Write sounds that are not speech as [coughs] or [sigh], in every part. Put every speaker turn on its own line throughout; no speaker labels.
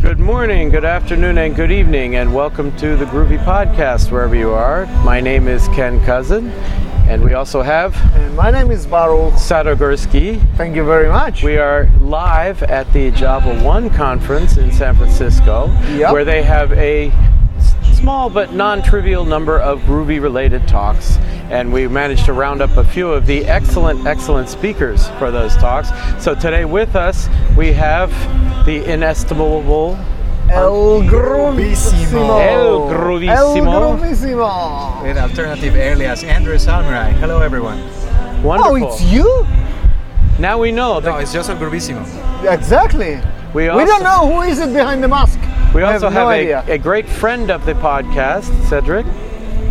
Good morning, good afternoon, and good evening, and welcome to the Groovy Podcast, wherever you are. My name is Ken Cousin, and we also have
And my name is Barul.
Sadogursky.
Thank you very much.
We are live at the Java One conference in San Francisco,
Yep.
where they have a s- small but non-trivial number of Groovy-related talks, and we managed to round up a few of the excellent, excellent speakers for those talks. So today with us we have the inestimable
El Groovissimo.
El Groovissimo.
El Groovissimo.
with alternative alias Andrew Samurai. Hello everyone.
Oh,
Wonderful.
it's you?
now we know.
No,
That
it's just a Grubissimo.
Exactly.
we,
We
also-
don't know who is it behind the mask.
We also
have no
have,
idea.
a, a great friend of the podcast, Cedric.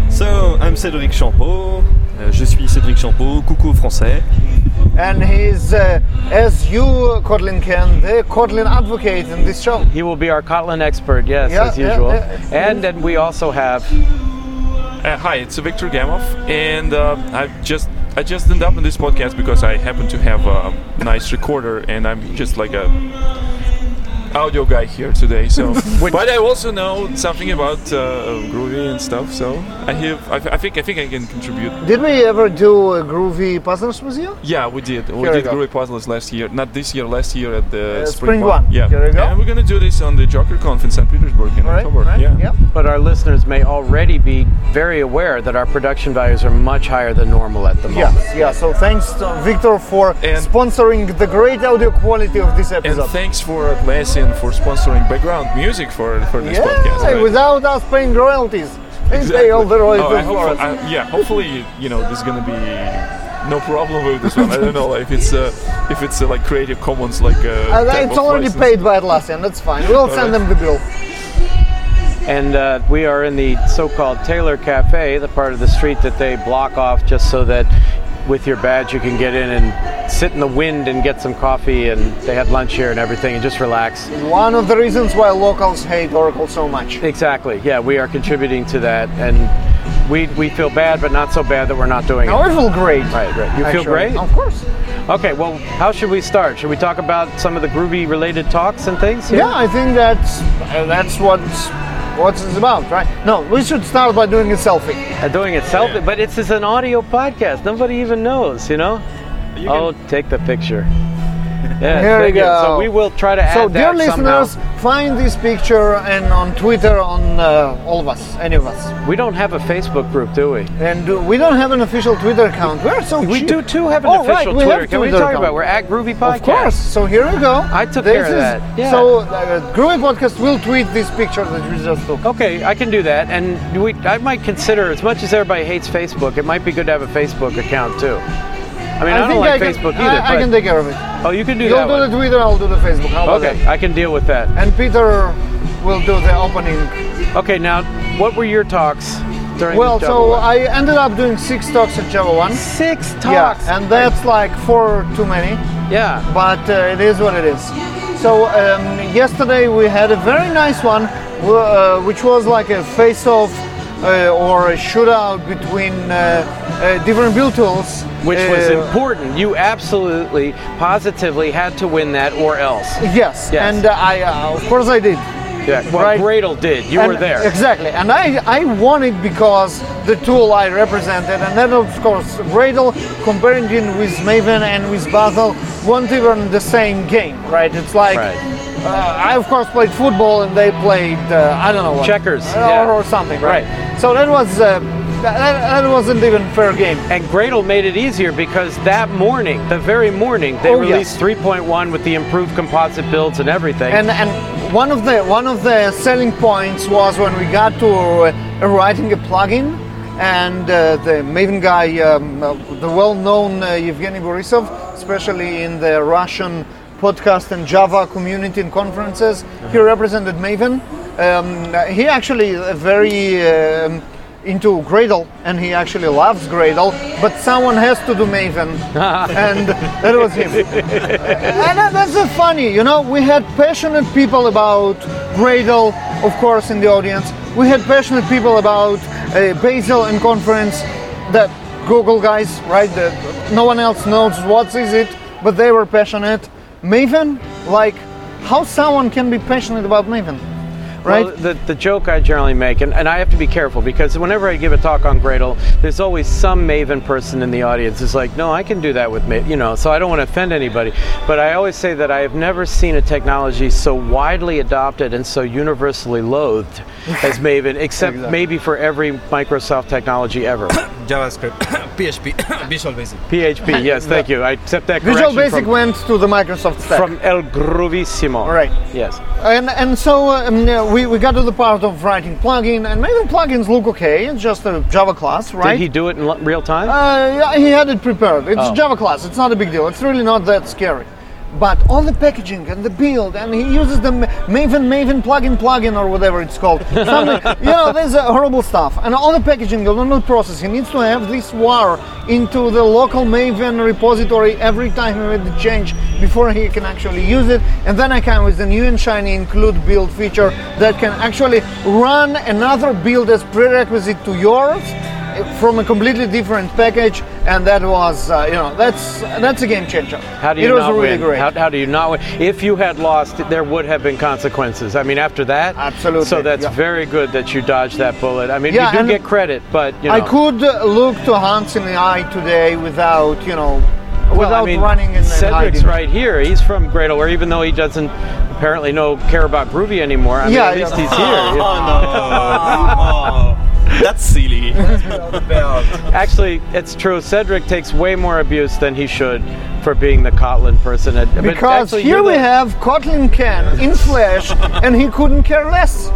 So, I'm Cédric Champeau. Euh, je suis Cédric Champeau, coucou aux français.
And he's, uh, as you, Kotlin can, the Kotlin advocate in this show.
He will be our Kotlin expert, yes,
Yeah,
as
yeah,
usual.
yeah.
and then we also have
Uh, hi, it's Victor Gamov, and uh, I just I just ended up in this podcast because I happen to have a nice recorder, and I'm just like a audio guy here today. So, but I also know something about uh, Groovy and stuff. So I have I, I think I think I can contribute.
Did we ever do a groovy puzzles with you?
Yeah, we did. We
Here we
did
go.
Groovy puzzles last year, not this year, last year at the
Uh,
Spring,
Spring
One.
One.
Yeah,
Here we go.
and we're gonna do this on the Joker Conf in St. Petersburg in
Right?
October.
right?
Yeah.
Yep.
but our listeners may already be very aware that our production values are much higher than normal at the moment.
Yeah, yeah. So thanks to Victor for
And-
sponsoring the great audio quality of this
And
episode.
thanks for Atlassian for sponsoring background music for, for this
yeah,
podcast. right?
without us paying royalties. They
Exactly.
pay all the royalties
Oh, I
for
hope-
us.
I- yeah, hopefully, you know, there's gonna be no problem with this one. I don't know if it's uh, if it's uh, like Creative Commons, like uh,
And
type
it's
of
already
license.
paid by Atlassian, that's fine. We'll send them the bill.
And uh, we are in the so-called Taylor Cafe, the part of the street that they block off just so that with your badge you can get in and sit in the wind and get some coffee and they had lunch here and everything and just relax.
One of the reasons why locals hate Oracle so much.
Exactly. Yeah, we are contributing to that, and we we feel bad, but not so bad that we're not doing
Now
it.
I feel great.
Right, right. You
actually.
feel great.
Of course.
Okay. Well, how should we start? Should we talk about some of the groovy related talks and things? here?
Yeah, I think that's uh, that's what's what it's about, right? No, we should start by doing a selfie.
Uh, doing it self, but it's is an audio podcast. Nobody even knows, you know. oh, take the picture. Yeah,
Here we
take it. So
go.
we will try to add
So, dear
that somehow.
listeners, find this picture and on Twitter on uh, all of us, any of us.
We don't have a Facebook group, do we?
And uh, we don't have an official Twitter account. We're so
We
cheap.
do too have an
Oh, right,
official
we
Twitter.
have
Can we
Twitter
talk
account.
about? We're at Groovy Podcast.
Of course. So here we go.
I took
This
care of
is-
that, yeah.
So uh, Groovy Podcast will tweet this picture that we just took.
Okay, I can do that, and we, I might consider as much as everybody hates Facebook, it might be good to have a Facebook account too. I mean, I, don't like
can,
Facebook
I-
either.
I,
but-
can take care of it.
oh, you can do
You'll
that.
do
one.
the Twitter. I'll do the Facebook. How about
okay,
that?
I can deal with that.
And Peter will do the opening.
Okay, now what were your talks during?
Well,
the
so
Java One?
I ended up doing six talks at Java One.
six talks.
Yeah, and that's like four too many,
yeah,
but uh, it is what it is. So um, yesterday we had a very nice one, wh- uh, which was like a face-off uh, or a shootout between uh, uh, different build tools,
which was
uh,
important. You absolutely, positively had to win that, or else.
Yes,
Yes.
and uh, I uh, of course I did.
Yeah, well,
Right.
Gradle did. You were
And-
there.
Exactly, and I, I won it because the tool I represented, and then of course Gradle comparing it with Maven and with Basel weren't even the same game, right? It's like
Right.
uh, I of course played football and they played uh, I don't know what
Checkers,
or,
yeah.
or something, right?
Right.
So that was uh, that, that wasn't even fair game.
And Gradle made it easier because that morning, the very morning, they
Oh,
released
yes.
3.1 with the improved composite builds and everything.
And and one of the one of the selling points was when we got to uh, writing a plugin, and uh, the Maven guy, um, uh, the well-known uh, Evgeny Borisov, especially in the Russian podcast and Java community and conferences, he represented Maven. Um, uh, he actually a very um, into Gradle, and he actually loves Gradle, but someone has to do Maven, and that was him. And that- that's the funny, you know, we had passionate people about Gradle, of course, in the audience. We had passionate people about uh, Basil and conference, that Google guys, right? That no one else knows what is it, but they were passionate. Maven, like, how someone can be passionate about Maven, right?
Well, the, the joke I generally make, and, and I have to be careful because whenever I give a talk on Gradle, there's always some Maven person in the audience who's like, no, I can do that with Maven, you know, so I don't want to offend anybody. But I always say that I have never seen a technology so widely adopted and so universally
[laughs]
loathed as Maven, except maybe for every Microsoft technology
[laughs]
ever.
JavaScript, [coughs] PHP, Visual Basic.
PHP, yes, thank you. I accept that
Visual
correction
Basic
from,
went to the Microsoft stack.
from El Grovissimo.
Right.
Yes.
And and so um, yeah, we, we got to the part of writing plugin, and Maven plugins look okay. It's just a Java class, right?
Did he do it in lo- real time?
Uh, yeah, he had it prepared. It's
Oh.
Java class. It's not a big deal. It's really not that scary. But all the packaging and the build, and he uses the Ma- Maven Maven plugin plugin or whatever it's called. Something, you know, there's uh, horrible stuff. And all the packaging, the normal process, he needs to have this war into the local Maven repository every time he made the change before he can actually use it. And then I come with the new and shiny include build feature that can actually run another build as prerequisite to yours from a completely different package, and that was, uh, you know, that's that's a game changer.
How do you
it was
not
really
win?
great.
How, how do you not win? If you had lost, there would have been consequences. I mean, after that,
Absolutely,
So that's
yeah.
very good that you dodged that bullet. I mean,
Yeah,
you do
and
get credit, but you know,
I could uh, look to Hans in the eye today without, you know,
well,
without
I mean,
running and, and
Cedric's
hiding.
right here. He's from Great Where even though he doesn't apparently know care about Groovy anymore. I mean,
Yeah,
at
yeah.
least he's
[laughs]
here. you know.
Oh, no. That's silly.
Actually, it's true. Cedric takes way more abuse than he should for being the Kotlin person. And- but
Because
actually,
here
you're
we
the-
have Kotlin Ken in
[laughs]
Flash, and he couldn't care less.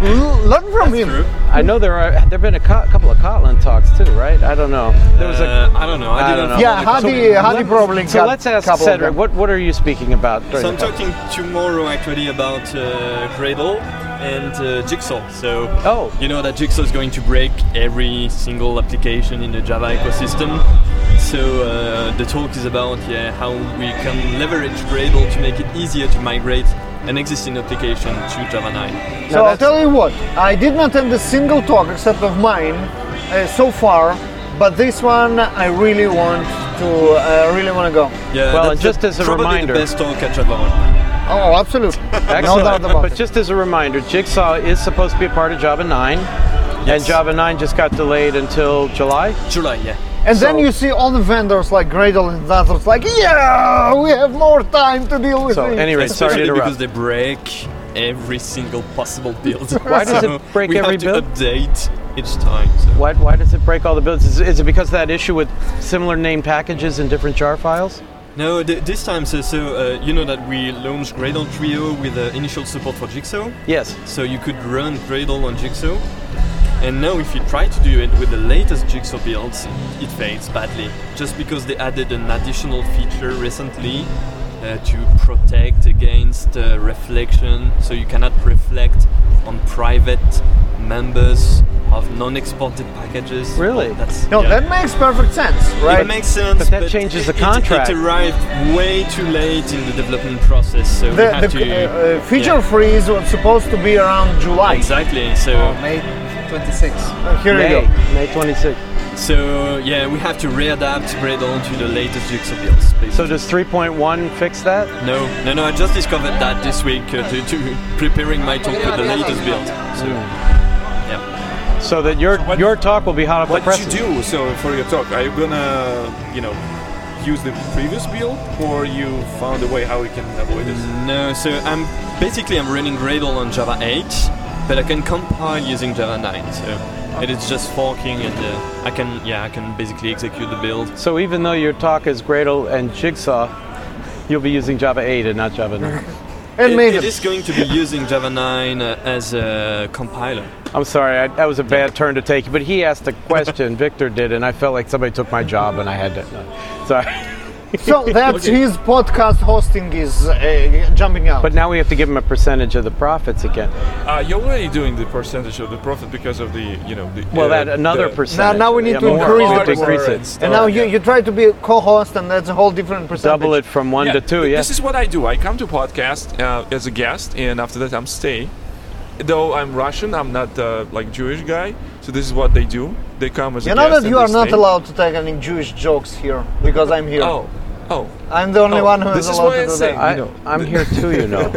L- Learn from him.
I know there are. There've been a co- couple of Kotlin talks too, right? I don't know. There was a.
Uh, I don't know. I,
I
didn't
don't know.
Yeah,
follow the
Hadi,
topic.
Hadi probably
So
got
let's ask
couple of
Cedric,
them.
what, what are you speaking about? during
So I'm
the talk?
talking tomorrow actually about uh, Gradle and uh, Jigsaw. So
Oh.
you know that Jigsaw is going to break every single application in the Java ecosystem. So uh, the talk is about yeah how we can leverage Gradle to make it easier to migrate an existing application to Java 9.
So I'll
that's-
tell you what, I did not attend a single talk except of mine uh, so far, but this one I really want to, uh, really want to go.
Yeah,
Well,
that's
and
the-
just as a
probably
reminder-
the best talk at Java.
Oh, absolutely, [laughs] no
Excellent.
doubt about
but
it.
just as a reminder, Jigsaw is supposed to be a part of Java 9, and
Yes.
Java 9 just got delayed until July.
July, yeah.
and then
so-
you see all the vendors like Gradle and others like, yeah, we have more time to deal with
So,
it.
anyway, sorry to
Especially because
interrupt.
they break every single possible build.
[laughs] Why does
So
it break
we
every
have
build?
To update each time. So.
Why, why does it break all the builds? Is, is it because of that issue with similar name packages in different jar files?
No, th- this time, so, so uh, you know that we launched Gradle Trio with uh, initial support for Jigsaw,
Yes.
so you could run Gradle on Jigsaw. And now, if you try to do it with the latest Jigsaw builds, it fails badly, just because they added an additional feature recently uh, to protect against uh, reflection, so you cannot reflect on private members of non-exported packages.
Really?
That's
no,
yeah.
that makes perfect sense, right?
It makes sense,
But that changes the
it- it-
contract.
It, arrived way too late in the development process, so we
the
had
the
to
uh, uh, feature
yeah.
freeze was supposed to be around July.
exactly. So
May 26.
Uh, Here we
May,
go.
May 26th.
so yeah, we have to readapt Gradle to the latest Jigsaw builds. Basically.
So does 3.1 fix that?
no, no, no. I just discovered that this week uh, to, to preparing my talk with the latest build. So yeah,
So that your
what-
your talk will be hot off the
What
presses.
you do so for your talk? Are you gonna, you know, use the previous build, or you found a way how we can avoid this?
no. So I'm basically I'm running Gradle on Java 8, but I can compile using Java 9. So. It is just forking, and uh, I can yeah I can basically execute the build.
So even though your talk is Gradle and Jigsaw, you'll be using Java 8 and not Java 9.
[laughs] And
It-
Maven.
it is going to be using Java 9 uh, as a compiler.
I'm sorry, I, that was a bad turn to take, but he asked a question, [laughs] Victor did, and I felt like somebody took my job and I had to. [laughs] no, sorry.
[laughs]
So
[laughs]
that's
Okay.
his podcast hosting is uh, jumping out.
But now we have to give him a percentage of the profits again.
Uh, you're already doing the percentage of the profit because of the, you know, the.
Well,
uh,
that another
the-
percentage.
Now- now we need to
more.
increase
We have
it.
to increase
Hardware and
it.
stuff.
And now you, you try to be a co-host, and that's a whole different percentage.
Double it from one to two.
th-
Yes.
This is what I do. I come to podcast uh, as a guest, and after that I'm stay. Though I'm Russian, I'm not uh, like Jewish guy. So this is what they do. They come as
You
a
know
guest
that
and
you
they
are not
stay.
allowed to take any Jewish jokes here because I'm here.
Oh, Oh,
I'm the only
Oh,
one who
this
is
is
allowed
why
to
I
do
say-
that.
I,
know.
I'm here too, you know.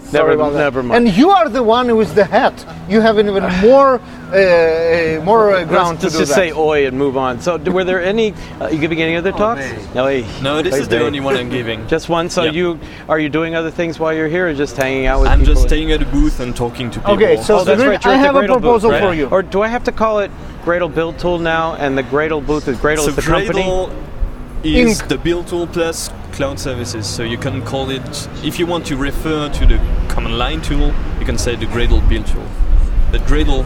Sorry
never,
about that.
never mind.
And you are the one with the hat. You
[sighs]
have an even more, uh, uh, more uh,
Let's,
ground to
let's
do
just
that.
say oi and move on. So, d- were there any uh, you giving any other talks? Oi.
No, this
Oi,
is the
oi.
only one I'm giving.
Just one. So
Yeah.
you are you doing other things while you're here, or just hanging out with
I'm
people?
just staying at a booth and talking to people.
Okay, so
Oh, that's
Sabrina,
right. You're
I
at the
have a
Gradle booth,
proposal
right?
for you.
Or do I have to call it Gradle Build Tool now? And the Gradle booth is Gradle
so
is the company.
Gradle is
Inc.
the build tool plus cloud services. So you can call it if you want to refer to the command line tool, you can say the Gradle build tool. But Gradle,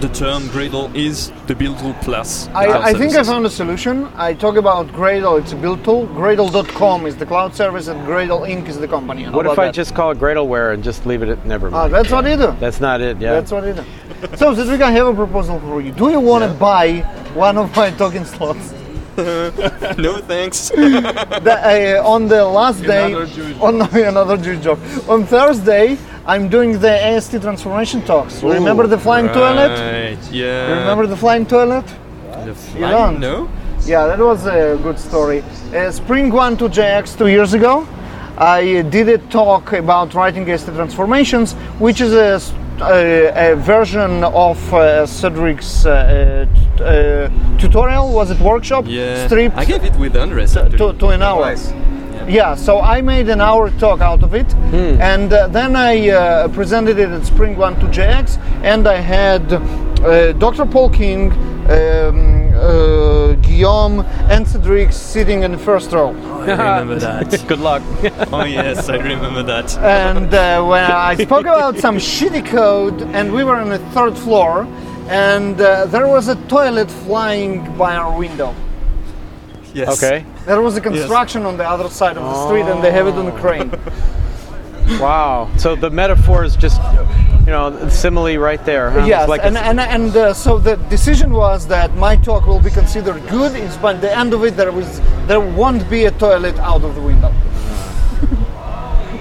the term Gradle is the build tool plus. the cloud
I, I think I
services.
found a solution. I talk about Gradle, it's a build tool. Gradle.com is the cloud service and Gradle Inc. is the company. How
What if
about
I
that?
just call it Gradleware and just leave it at never
Ah,
mind?
that's what you do.
that's not it. Yeah.
That's what it is. So, Cedric, I have a proposal for you. Do you want to buy one of my token slots?
[laughs] No
[laughs]
thanks.
The, uh, on the last day,
Another Jewish
on [laughs] another Jewish job. On Thursday, I'm doing the AST transformation talks. Remember the flying toilet?
Right, Yeah.
Remember the flying toilet?
the
don't.
flying? No.
Yeah, that was a good story. Uh, Spring One to JX two years ago, I uh, did a talk about writing ST transformations, which is a, s- a- a version of uh, Cedric's uh, t- uh, tutorial. Was it workshop?
Yeah.
Stripped
I gave it with Andres. actually.
to, to an hour. Yeah, so I made an hour talk out of it, and uh, then I uh, presented it at Spring One to JX, and I had uh, Dr. Paul King, um, uh, Guillaume, and Cedric sitting in the first row.
I remember that.
[laughs]
Good luck.
oh yes, I remember that.
And uh, when I spoke about some shitty code, and we were on the third floor, and uh, there was a toilet flying by our window.
yes.
okay.
There was a construction on the other side of the street, and they have it on a crane.
Wow. So the metaphor is just, you know, simile right there. Huh? It's
Yes,
like a
and,
s-
and, and uh, so the decision was that my talk will be considered good, is by the end of it there was there won't be a toilet out of the
[laughs]
window,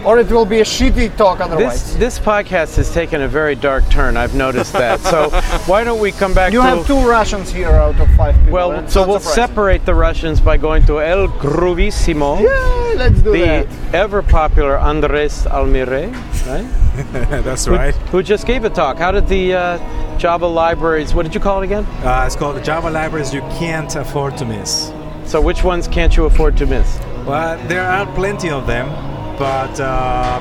or it will be a shitty talk otherwise.
This this podcast has taken a very dark turn. I've noticed that.
[laughs]
So why don't we come back?
you
to,
have two Russians here out of five people. eh?
Well,
That's
so
not
we'll
surprising.
separate the Russians by going to El Gruvissimo,
Yeah, Eh, let's do
the
that.
ever popular Andres Almire, right?
That's right.
Who just gave a talk. How did the uh, Java libraries? What did you call it again?
Uh, it's called Java Libraries You Can't Afford to Miss.
So which ones can't you afford to miss?
Well, there are plenty of them, but uh,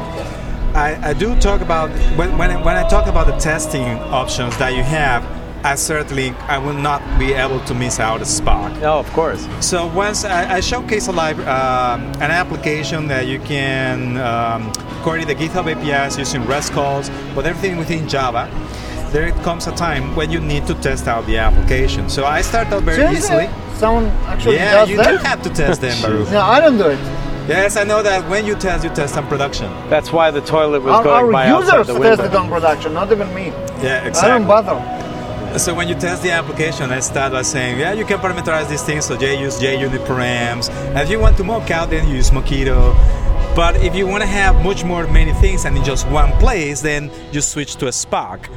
I, I do talk about when, when, I, when I talk about the testing options that you have. I certainly I will not be able to miss out a spark.
Oh, of course.
So once I, I showcase a lib- um, an application that you can um, query the GitHub APIs using REST calls, but everything within Java. There it comes a time when you need to test out the application. So I start out very
Seriously?
easily.
Someone actually
yeah,
does
you do
that.
have to test them, Baruch.
No, I don't do it.
Yes, I know that when you test, you test on production.
That's why the toilet was
Our,
going
our
by outside
users
the
test it
window.
on production, not even me. I
Yeah,
don't
exactly.
bother.
So when you test the application, I start by saying, yeah, you can parameterize these things. So J use JUnit params. And if you want to mock out, then use Mockito. But if you want to have much more many things and in just one place, then you switch to a Spark.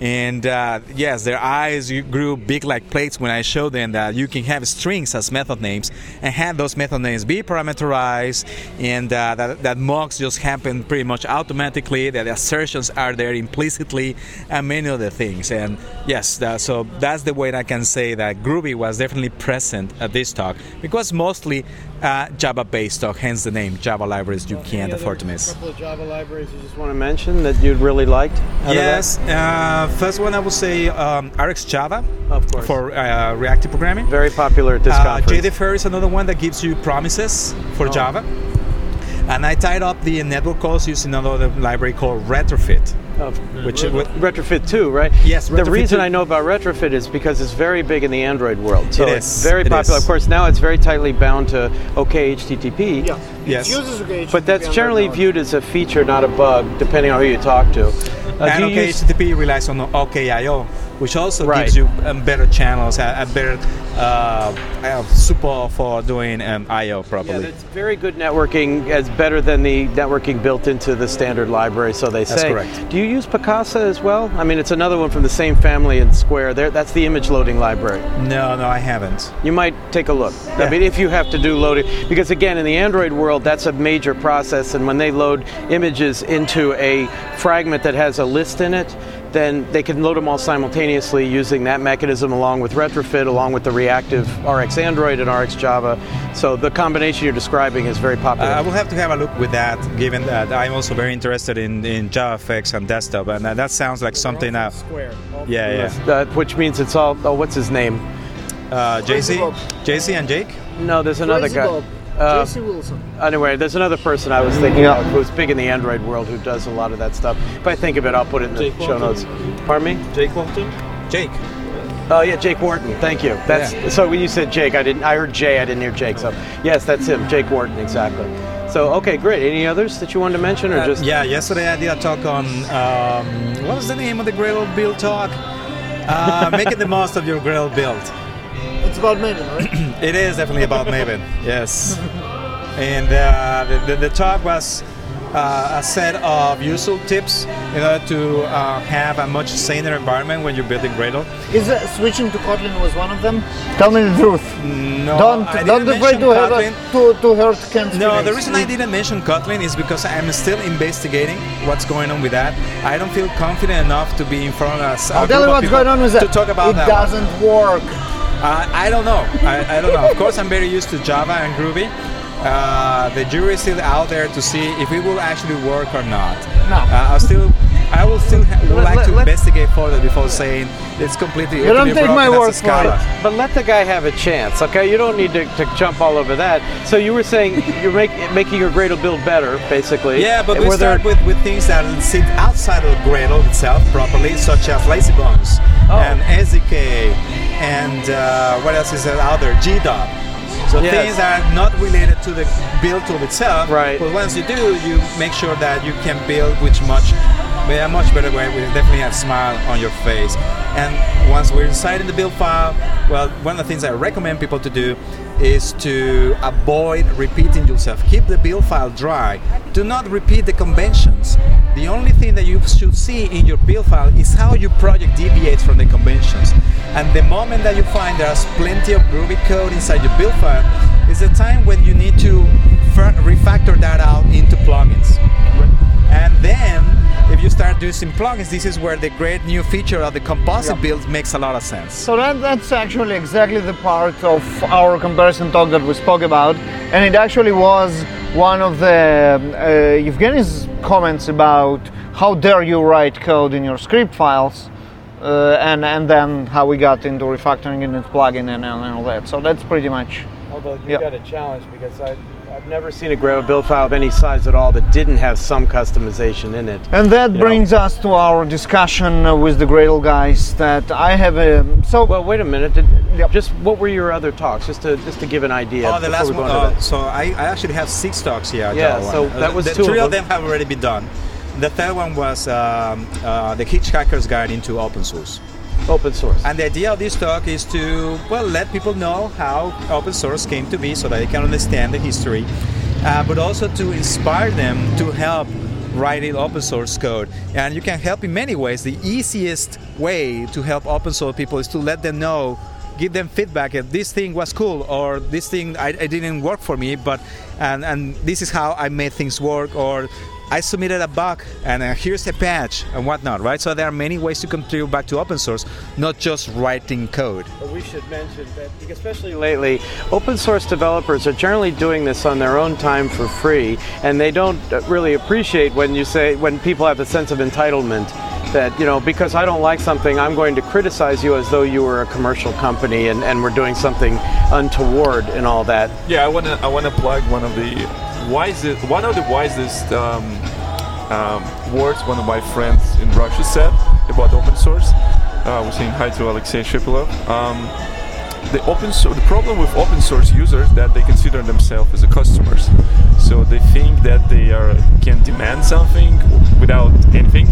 And uh, yes, their eyes grew big like plates when I showed them that you can have strings as method names and have those method names be parameterized, and uh, that, that mocks just happen pretty much automatically, that the assertions are there implicitly, and many other things. And yes, that, so that's the way I can say that Groovy was definitely present at this talk because mostly uh, Java based talk, hence the name Java libraries you can't afford to miss.
Couple of Java libraries you just want to mention that you really liked. out of that?
Yes, uh, first one I would say um, RxJava
Of course.
for uh, reactive programming.
Very popular at this
Uh,
conference.
JDFair is another one that gives you promises
Oh.
for Java. And I tied up the network calls using another library called Retrofit,
Of-
which would-
Retrofit 2, right?
Yes,
The
Retrofit
reason
2.
I know about Retrofit is because it's very big in the Android world. So
It
it's
is,
very
it
popular.
is.
Of course, now it's very tightly bound to OK HTTP.
Yeah.
Yes.
Users occasion
But that's
can be
generally
undergone.
viewed as a feature, not a bug, depending on who you talk to. Uh,
and
do you
OK
use-
HTTP relies on OKIO, which also
Right.
gives you um, better channels, a, a better uh, uh, support for doing um, IO
yeah,
properly.
that's very good networking. It's better than the networking built into the standard library, so they
That's
say.
correct.
Do you use Picasa as well? I mean, it's another one from the same family in Square. There, that's the image loading library.
no, no, I haven't.
You might take a look. I
Yeah.
mean, if you have to do loading, because again, in the Android world, that's a major process. And when they load images into a fragment that has a list in it, then they can load them all simultaneously using that mechanism along with retrofit, along with the reactive RX Android and RX Java. So the combination you're describing is very popular.
I will have to have a look with that, given that I'm also very interested in, in JavaFX and desktop, and that- that sounds like something. Uh,
Square.
yeah,
Uh, which means it's all. Oh, what's his name?
yeah. Uh, JC,
Bob.
JC and Jake.
No, there's another
Crazy
guy.
Bob,
Uh,
JC Wilson.
Anyway, there's another person I
Mm-hmm.
was thinking
Yeah.
of who's big in the Android world who does a lot of that stuff. If I think of it, I'll put it in the
Jake
show
Walton.
notes. Pardon me?
Jake Walton?
Jake.
Oh yeah, Jake Wharton. Thank you. That's
Yeah.
so when you said Jake, I didn't. I heard Jay. I didn't hear Jake. So yes, that's him, Jake Wharton, exactly. So okay, great. Any others that you wanted to mention,
Uh,
or just
yeah, yesterday I did a talk on um, what was the name of the Grail build talk? Uh, making the most of your Grail build.
It's about Maven, [coughs] right?
It is definitely about Maven. Yes. And uh, the, the, the talk was uh, a set of useful tips in order to uh, have a much saner environment when you're building Gradle.
Is that switching to Kotlin was one of them? Tell me the truth.
No,
don't
I
don't
didn't
be afraid
mention
to hurt
Kotlin.
to, to hurt Ken's
No,
feelings.
the reason I didn't mention Kotlin is because I'm still investigating what's going on with that. I don't feel confident enough to be in front of us.
I'll tell you what's going on with that.
To talk about
it
that. one.
doesn't work.
Uh, I don't know. I, I don't know. Of course, I'm very used to Java and Groovy. Uh, the jury is still out there to see if it will actually work or not.
No.
Uh, I still, I will still ha-
Let-
would like
let-
to
let-
investigate further before saying it's completely.
You don't
openly
take my
broken as a
word for
Scala.
it.
But let the guy have a chance, okay? You don't need to, to jump all over that. So you were saying you're make, making your Gradle build better, basically.
Yeah, but
And
we
were there-
start with, with things that sit outside of Gradle itself properly, such as Lazy Bones
Oh.
and SDK and uh, what else is there out there? GDOP. So
Yes.
things that are not related to the build tool itself.
Right.
But once you do, you make sure that you can build which much with a much better way with definitely a smile on your face. And once we're inside in the build file, well, one of the things I recommend people to do is to avoid repeating yourself. Keep the build file dry. Do not repeat the conventions. The only thing that you should see in your build file is how your project deviates from the conventions. And the moment that you find there's plenty of Groovy code inside your build file, is the time when you need to fir- refactor that out into plugins. And then, if you start using plugins, this is where the great new feature of the composite build makes a lot of sense.
So that, that's actually exactly the part of our comparison talk that we spoke about, and it actually was one of the um, uh, Evgeny's comments about how dare you write code in your script files, uh, and and then how we got into refactoring and its plugin and, and all that. So that's pretty much.
Although you've
Yeah.
got a challenge because I, I've never seen a Gradle build file of any size at all that didn't have some customization in it.
And that
Yeah.
brings us to our discussion uh, with the Gradle guys. That I have a so
Well, wait a minute. Did,
Yep.
Just what were your other talks? Just to just to give an idea.
Oh, the
before
last
we go
one.
into
oh,
that.
so I, I actually have six talks here. at
Yeah,
that
so
one.
that
Uh,
was
the
two
three
of
of them have already been done. The third one was um, uh, the Hitchhiker's Guide into Open Source. uh,
Open source.
And the idea of this talk is to well let people know how open source came to be, so that they can understand the history, uh, but also to inspire them to help writing open source code. And you can help in many ways. The easiest way to help open source people is to let them know, give them feedback if this thing was cool or this thing I, it didn't work for me, but and and this is how I made things work or. I submitted a bug and uh, here's a patch and whatnot, right? So there are many ways to contribute back to open source, not just writing code.
But we should mention that, especially lately, open source developers are generally doing this on their own time for free, and they don't uh, really appreciate when you say when people have a sense of entitlement that you know because I don't like something, I'm going to criticize you as though you were a commercial company and, and we're doing something untoward and all that.
Yeah, I wanna I wanna plug one of the wisest one of the wisest um, um, words one of my friends in Russia said about open source. Uh, I was saying hi to Alexei Shipilov. Um, the open so- the problem with open source users that they consider themselves as a customers, so they think that they are can demand something without anything.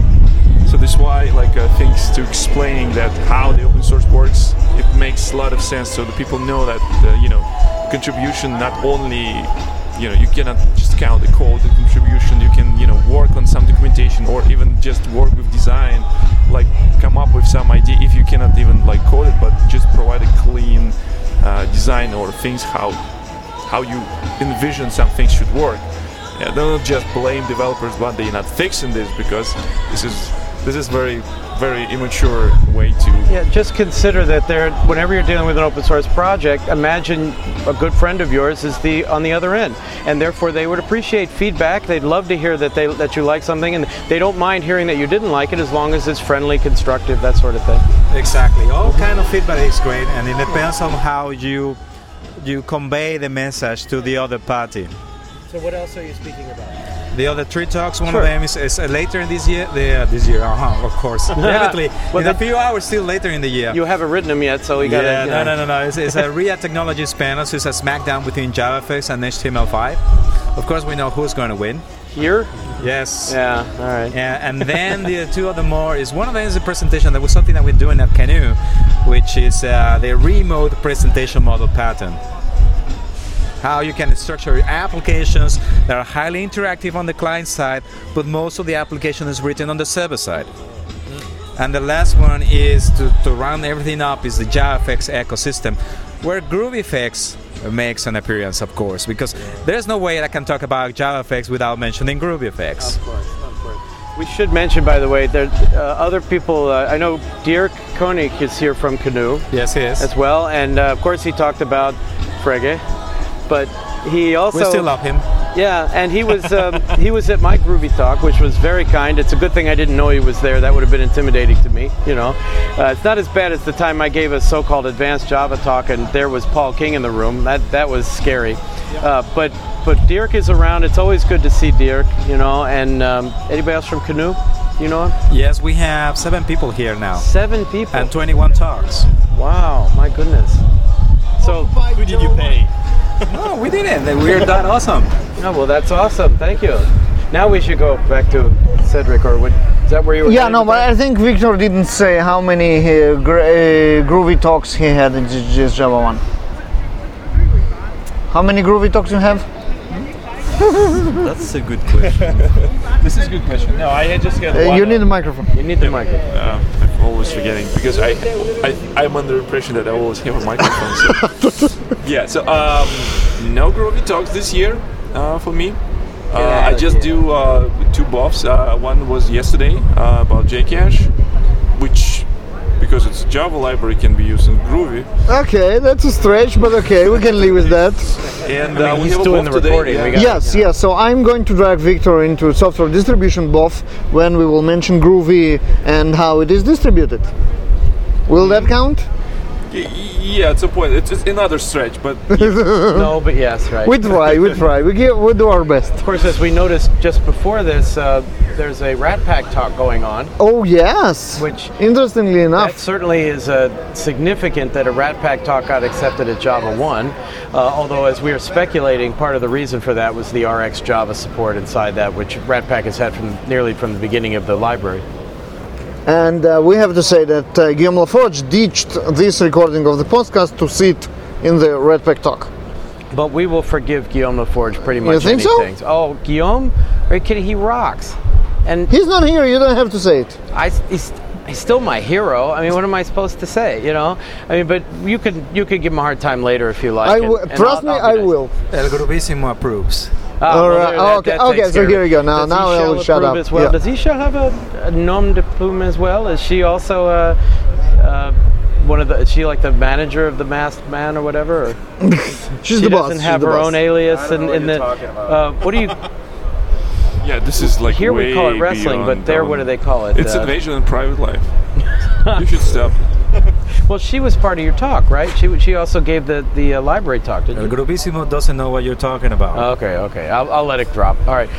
So that's why like uh, things to explaining that how the open source works, it makes a lot of sense. So the people know that uh, you know contribution not only you know you cannot just count the code the contribution you can you know work on some documentation or even just work with design like come up with some idea if you cannot even like code it but just provide a clean uh, design or things how how you envision some things should work yeah, don't just blame developers but they're not fixing this because this is this is very very immature way to
Yeah, just consider that there. Whenever you're dealing with an open source project, imagine a good friend of yours is the on the other end, and therefore they would appreciate feedback. They'd love to hear that they that you like something, and they don't mind hearing that you didn't like it as long as it's friendly, constructive, that sort of thing.
Exactly.
Mhm.
All kind of feedback is great, and it depends on how you you convey the message to the other party.
So, what else are you speaking about?
The other three talks, one
Sure.
of them is, is uh, later in this year. The, uh, this year, uh-huh, of
[laughs]
course. Definitely.
Well,
in a
that-
few hours, still later in the year.
You haven't written them yet, so we gotta.
yeah,
you
no,
know.
no, no, no. It's, it's a real technology panel. So it's a smackdown between JavaFX and HTML5. Of course, we know who's going to win.
Here?
Yes.
Yeah. All right.
Yeah, Uh, and then the two other more is one of them is a presentation that was something that we're doing at Canoe, which is uh, the remote presentation model pattern. How you can structure your applications that are highly interactive on the client side, but most of the application is written on the server side. And the last one is to, to round everything up is the JavaFX ecosystem, where GroovyFX makes an appearance, of course, because there's no way I can talk about JavaFX without mentioning GroovyFX.
We should mention, by the way, there uh, other people. Uh, I know Dirk Koenig is here from Canoe.
Yes, yes.
as well. And uh, of course, he talked about Frege, but he also
we still love him.
yeah, and he was um, [laughs] he was at my Groovy Talk, which was very kind. It's a good thing I didn't know he was there. That would have been intimidating to me, you know. Uh, it's not as bad as the time I gave a so-called advanced Java talk, and there was Paul King in the room. That that was scary. Uh, but but Dirk is around. It's always good to see Dirk, you know. And um, anybody else from Canoe, you know him?
Yes, we have seven people here now
Seven people.
and 21 talks.
wow, my goodness. So
Who did you pay?
No, Oh, we didn't. We're that awesome.
Oh, well, that's awesome. Thank you. Now we should go back to Cedric, or would, is that where you were?
Yeah,
headed
no,
with
but
that?
I think Victor didn't say how many uh, gr- uh, groovy talks he had in J- just Java 1. How many groovy talks you have?
That's a good question.
this is a good question no i just get
Uh, you need a microphone.
you need the microphone.
Uh, I'm always forgetting because I, I I'm under the impression that I always have a microphone. So.
[laughs]
yeah, so um, no groovy talks this year uh, for me. Uh, I just do uh, two buffs. Uh, one was yesterday uh, about Jcash, which because it's a Java library can be used in Groovy.
Okay, that's a stretch, but okay, we can live with that.
And
I mean,
uh, we
he's
have a
doing
buff
the
today,
recording,
yeah.
we got-
Yes, yes. So I'm going to drag Victor into software distribution buff when we will mention Groovy and how it is distributed. Will that count?
Y- y- yeah, it's a point. It's, it's another
[laughs]
stretch, but
No, but yes, right.
We try, we try. We give, we do our best.
of course, as we noticed just before this, uh, there's a Rat Pack talk going on.
Oh yes.
Which-
interestingly
That
enough,
certainly is uh, significant that a Rat Pack talk got accepted at Java 1. Uh, although, as we are speculating, part of the reason for that was the RX Java support inside that, which Rat Pack has had from nearly from the beginning of the library.
and uh, we have to say that uh, Guillaume Laforge ditched this recording of the podcast to sit in the Red Pack talk.
But we will forgive Guillaume LaForge pretty much
think so?
anything. Oh, Guillaume? Are you kidding? He rocks. And
He's not here. You don't have to say it.
I, he's, he's still my hero. I mean, what am I supposed to say? You know? I mean, but you could you could give him a hard time later if you like.
I
and-
w-
and
trust
I'll-
me,
I'll be
I
nice.
will.
El Grubissimo approves.
Ah,
All
well,
right.
there,
Oh, okay. Okay,
takes
so
care of
here
it.
we go. Now-
Does
now I
Isha
will shut
approve
up.
As well?
Yeah.
Does Isha have a, a nom de plume as well? Is she also uh, uh, one of the? Is she like the manager of the Masked Man or whatever? Or?
She's
She
the boss.
doesn't
she's
have
the
her
boss.
own alias in, in the. Uh, what do you?
yeah, this is like
Here we call it
way
wrestling, but
beyond,
there,
um,
what do they call it?
It's
Uh,
invasion in
[laughs]
private life. you should stop.
Well, she was part of your talk, right? She she also gave the the uh, library talk, didn't
El
you?
Grubissimo doesn't know what you're talking about.
Okay, okay. I'll, I'll let it drop. All right.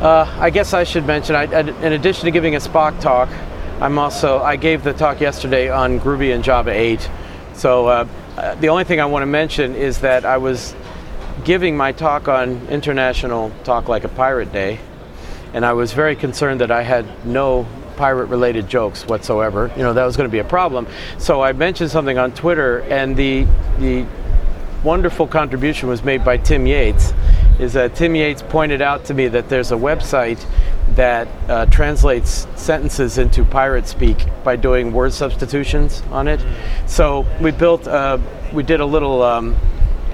Uh, I guess I should mention, I, I- in addition to giving a Spock talk, I'm also I gave the talk yesterday on Groovy and Java 8. So uh, Uh, the only thing I want to mention is that I was giving my talk on International Talk Like a Pirate Day, and I was very concerned that I had no pirate related jokes whatsoever. You know, that was going to be a problem. So I mentioned something on Twitter, and the, the wonderful contribution was made by Tim Yates. Is that Tim Yates pointed out to me that there's a website that uh, translates sentences into pirate speak by doing word substitutions on it. So we built, uh, we did a little um,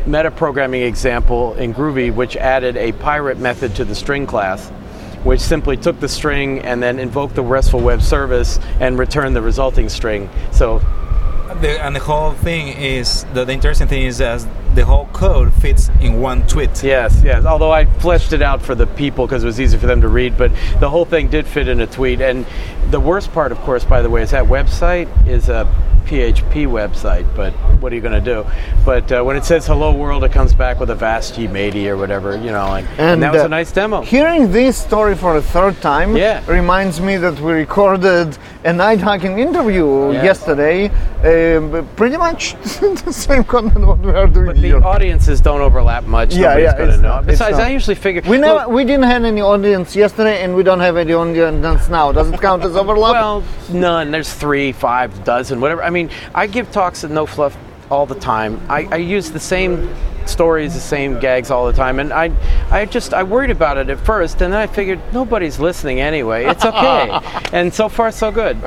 metaprogramming example in Groovy, which added a pirate method to the string class, which simply took the string and then invoked the RESTful web service and returned the resulting string. So
The, and the whole thing is the, the interesting thing is that the whole code fits in one tweet.
Yes, yes. Although I fleshed it out for the people because it was easy for them to read, but the whole thing did fit in a tweet. And the worst part, of course, by the way, is that website is a PHP website. But what are you going to do? But uh, when it says "Hello World," it comes back with a vast G matey or whatever, you know. And, and that was
uh,
a nice demo.
Hearing this story for the third time
Yeah.
reminds me that we recorded a night hacking interview
Yeah.
yesterday. um, but pretty much [laughs] the same content what we are doing
But
here.
the audiences don't overlap much.
Yeah,
Nobody's
yeah,
going
it's
to know.
not- it's
Besides,
not.
I usually figure
we never,
Look,
we didn't have any audience yesterday, and we don't have any audience now. Does
[laughs]
it count as overlap?
Well, none. There's three, five, dozen, whatever. I mean, I give talks at No Fluff all the time. I, I use the same stories, the same gags all the time, and I, I just I worried about it at first, and then I figured nobody's listening anyway. It's
[laughs]
okay, and so far so good.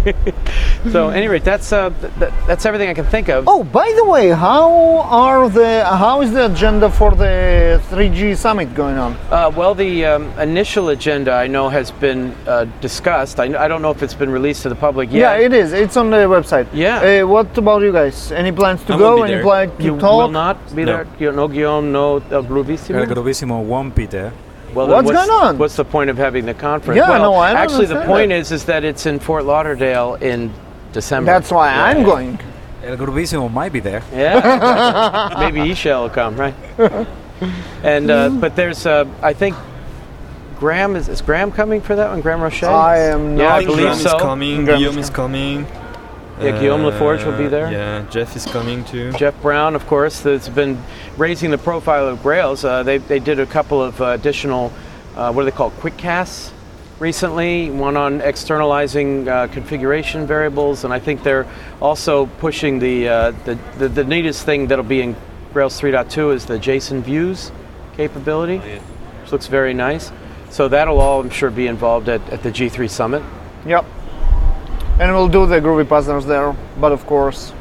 [laughs] so, anyway, that's uh, th- th- that's everything I can think of.
oh, by the way, how are the how is the agenda for the 3G summit going on?
Uh, well, the um, initial agenda I know has been uh, discussed. I, I don't know if it's been released to the public yet.
Yeah, it is. It's on the website.
Yeah.
Uh, what about you guys? Any plans to
I won't
go?
be
Any
there.
plan to
You
talk?
will not be
No.
there. You no Guillaume, no uh, Grubissimo?
El Grobísimo One Peter.
Well,
What's going on?
What's the point of having the conference?
Yeah,
well,
no, I don't
actually, the
understand
point
that.
is, is that it's in Fort Lauderdale in December.
That's why
Yeah.
I'm going.
El Grobísimo might be there.
Yeah, maybe Isha will come,
[laughs]
right? And uh, but there's, uh, I think, Graham is, is Graham coming for that one? Graham Roche?
I am
Yeah,
not.
I
think
believe
Graham
so.
is coming. Uh,
Graham is
Guillaume is coming.
Yeah, Guillaume Laforge will be there.
Yeah, Jeff is coming too.
Jeff Brown, of course, that's been raising the profile of Grails. Uh, they, they did a couple of uh, additional, uh, what are they called, quick casts recently, one on externalizing uh, configuration variables, and I think they're also pushing the, uh, the, the, the neatest thing that'll be in Grails 3.2 is the JSON views capability, which looks very nice. So that'll all, I'm sure, be involved at, at the G3 Summit.
Yep. And we'll do the groovy partners there, but of course,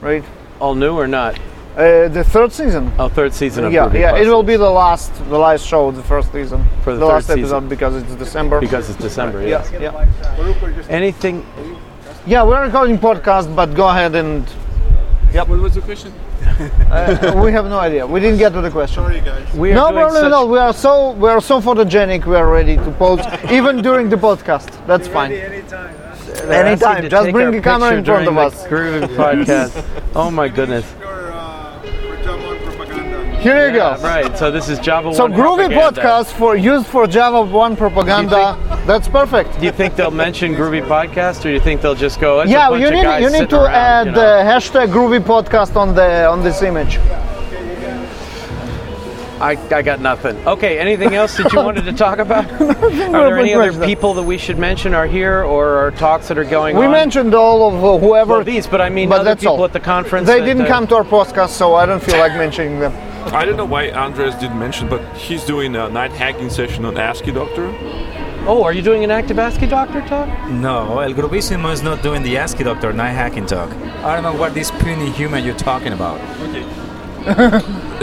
right?
All new or not?
Uh, the third season.
Oh, third season of
yeah,
Ruby
yeah. It
Plus,
will be the last, the last show, of the first season,
For the third
last
season.
episode because it's December.
because it's December.
yeah,
Yes.
yeah,
Anything
yeah. We're recording podcast, but go ahead and
What was the question?
uh, [laughs] we have no idea. We didn't get to the question.
We are
No
doing
problem at
such-
all. We are so we are so photogenic. We are ready to pose
[laughs]
even during the podcast. That's fine.
they're asking
Anytime.
to
Just
take
bring
our
the camera in
picture
front of
during
us.
The
[laughs]
Groovy podcast. Oh my goodness.
Here you go.
Yeah, right. So this is Java
So
One.
groovy
propaganda.
podcast for used for Java one propaganda. That's perfect.
Do you think they'll mention Groovy podcast, or do you think they'll just go? "It's a
Yeah,
bunch
you
of
need
guys
you
sitting
need to
around,"
add
you know?
uh, hashtag groovy podcast on the on this image.
I, I got nothing. Okay. Anything else that
[laughs]
you wanted to talk about? are there any other
mentioned.
people that we should mention are here, or are talks that are going
We
on?
mentioned all of uh, whoever.
well, these, but I mean
but
other
that's
people
all.
at the conference.
They
that,
didn't
uh,
come to our podcast, so I don't feel like mentioning them.
I don't know why Andres didn't mention, but he's doing a night hacking session on ASCII Doctor.
Oh, are you doing an active ASCII doctor talk?
No, El Grobísimo is not doing the ASCII Doctor Night Hacking Talk. I don't know what this puny human you're talking about.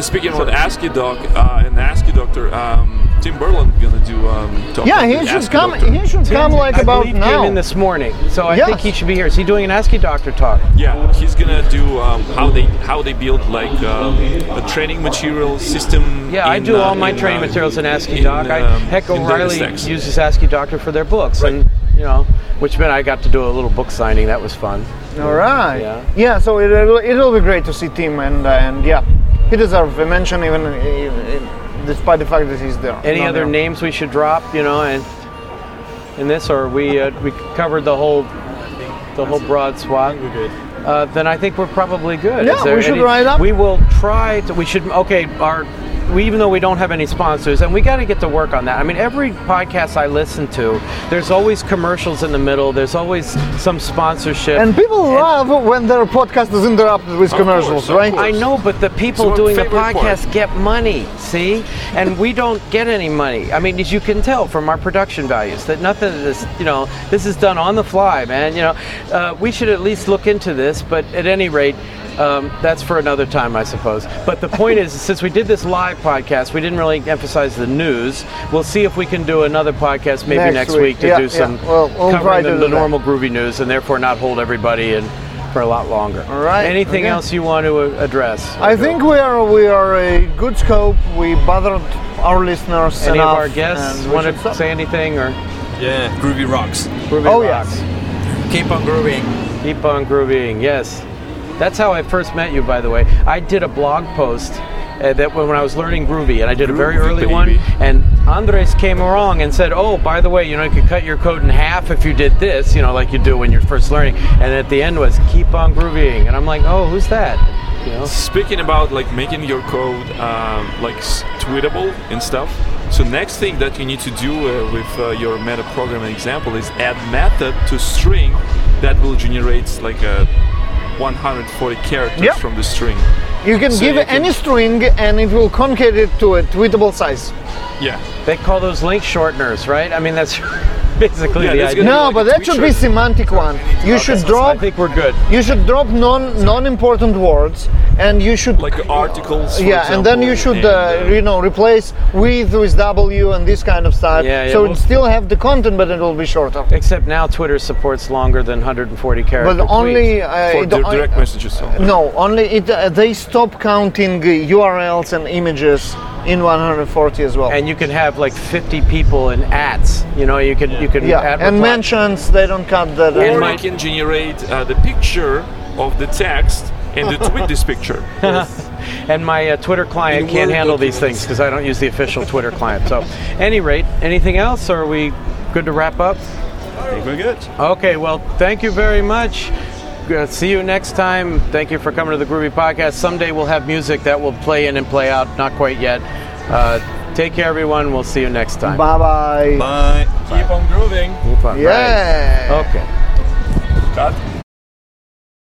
Speaking about ASCII Doc uh, and ASCII Doctor, um, Tim Berland gonna do um, talk.
Yeah,
on
he
the
should
ASCII
come.
Doctor.
He should come like
I
about
believe came
now.
in this morning, so I
Yes.
think he should be here. Is he doing an ASCII doctor talk?
Yeah, he's gonna do um, how they how they build like um, a training material system.
Yeah, I
in,
do
uh,
all my
in,
training
uh,
materials in uh, ASCII
in,
Doc. I,
um,
heck,
in
O'Reilly
Datastax.
uses ASCII Doctor for their books, and you know, which meant I got to do a little book signing. That was fun.
All right.
Yeah.
Yeah. so it, it'll, it'll be great to see Tim and uh, and yeah, he deserves a mention even, even despite the fact that he's there.
Any
Not
other
there.
names we should drop? You know, and in this, or we uh, we covered the whole the whole broad swath.
We're good.
uh, then I think we're probably good.
Yeah,
Is there
we should
any-
write up.
We will try to. We should. Okay, our. We, even though we don't have any sponsors, and we got to get to work on that. I mean, every podcast I listen to, there's always commercials in the middle. There's always some sponsorship.
And people love when their podcast is interrupted with commercials,
course, of
right?
course.
I know, but the people
So my
doing the
favorite part.
podcast get money, see? And we don't get any money. I mean, as you can tell from our production values, that nothing of this, you know, this is done on the fly, man. You know, uh, we should at least look into this, but at any rate, um, that's for another time, I suppose. But the point is, since we did this live podcast, we didn't really emphasize the news. We'll see if we can do another podcast maybe next,
Next
week.
week.
to
Yeah,
do
yeah.
some
Well, we'll try
covering
to
the,
do
the
that.
normal groovy news and therefore not hold everybody in for a lot longer.
All right,
Anything
okay.
else you want to uh, address?
I think we are we are a good scope. We bothered our listeners
any
enough.
of our guests
and we
want
should
to
stop.
say anything or
Yeah.
Groovy rocks.
groovy
Oh,
rocks?
Keep on grooving.
Keep on groovying. Yes, that's how I first met you. By the way, I did a blog post. Uh, that when, when I was learning groovy, and I did a very
Groovy,
early
baby.
one, and Andres came along and said, "Oh, by the way, you know, you could cut your code in half if you did this, you know, like you do when you're first learning." And at the end was, "Keep on groovying," and I'm like, "Oh, who's that?" You know.
Speaking about like making your code um, like s- tweetable and stuff. So next thing that you need to do uh, with uh, your meta programming example is add method to string that will generate like uh, a 140 characters
Yeah.
from the string.
You can
So
give
you can-
any string and it will concat it to a tweetable size.
Yeah.
They call those link shorteners, right? I mean, that's [laughs] basically
Yeah,
the
that's
idea.
gonna
No,
like
but
a
that should be
tweet
semantic one. You should
I
drop
think we're good.
you should drop non non important words and you should
Like articles. for
yeah, and then you
example,
should,
and,
uh, you know, replace with with W and this kind of stuff.
Yeah, yeah,
so
well-
it still have the content, but it will be shorter.
Except now Twitter supports longer than 140 characters.
But only uh,
for
it-
dir-
uh,
direct messages. So.
No, only it, uh, they stop counting uh, URLs and images in 140 as well.
And you can have like 50 people in ads. You know, you can you can
yeah,
add
and
[laughs] reply-
mentions they don't count that.
or
And
as
my-
I can generate uh, the picture of the text and the tweet this picture.
and my uh, Twitter client
In
can't
Word
handle these things
documents.
because I don't use the official Twitter client. So, any rate, anything else? Or are we good to wrap up?
I think we're good.
Okay, well, thank you very much. Uh, See you next time. Thank you for coming to the Groovy Podcast. Someday we'll have music that will play in and play out. Not quite yet. Uh, take care, everyone. We'll see you next time.
Bye bye.
Bye.
Keep on grooving.
Right.
Yeah.
Okay.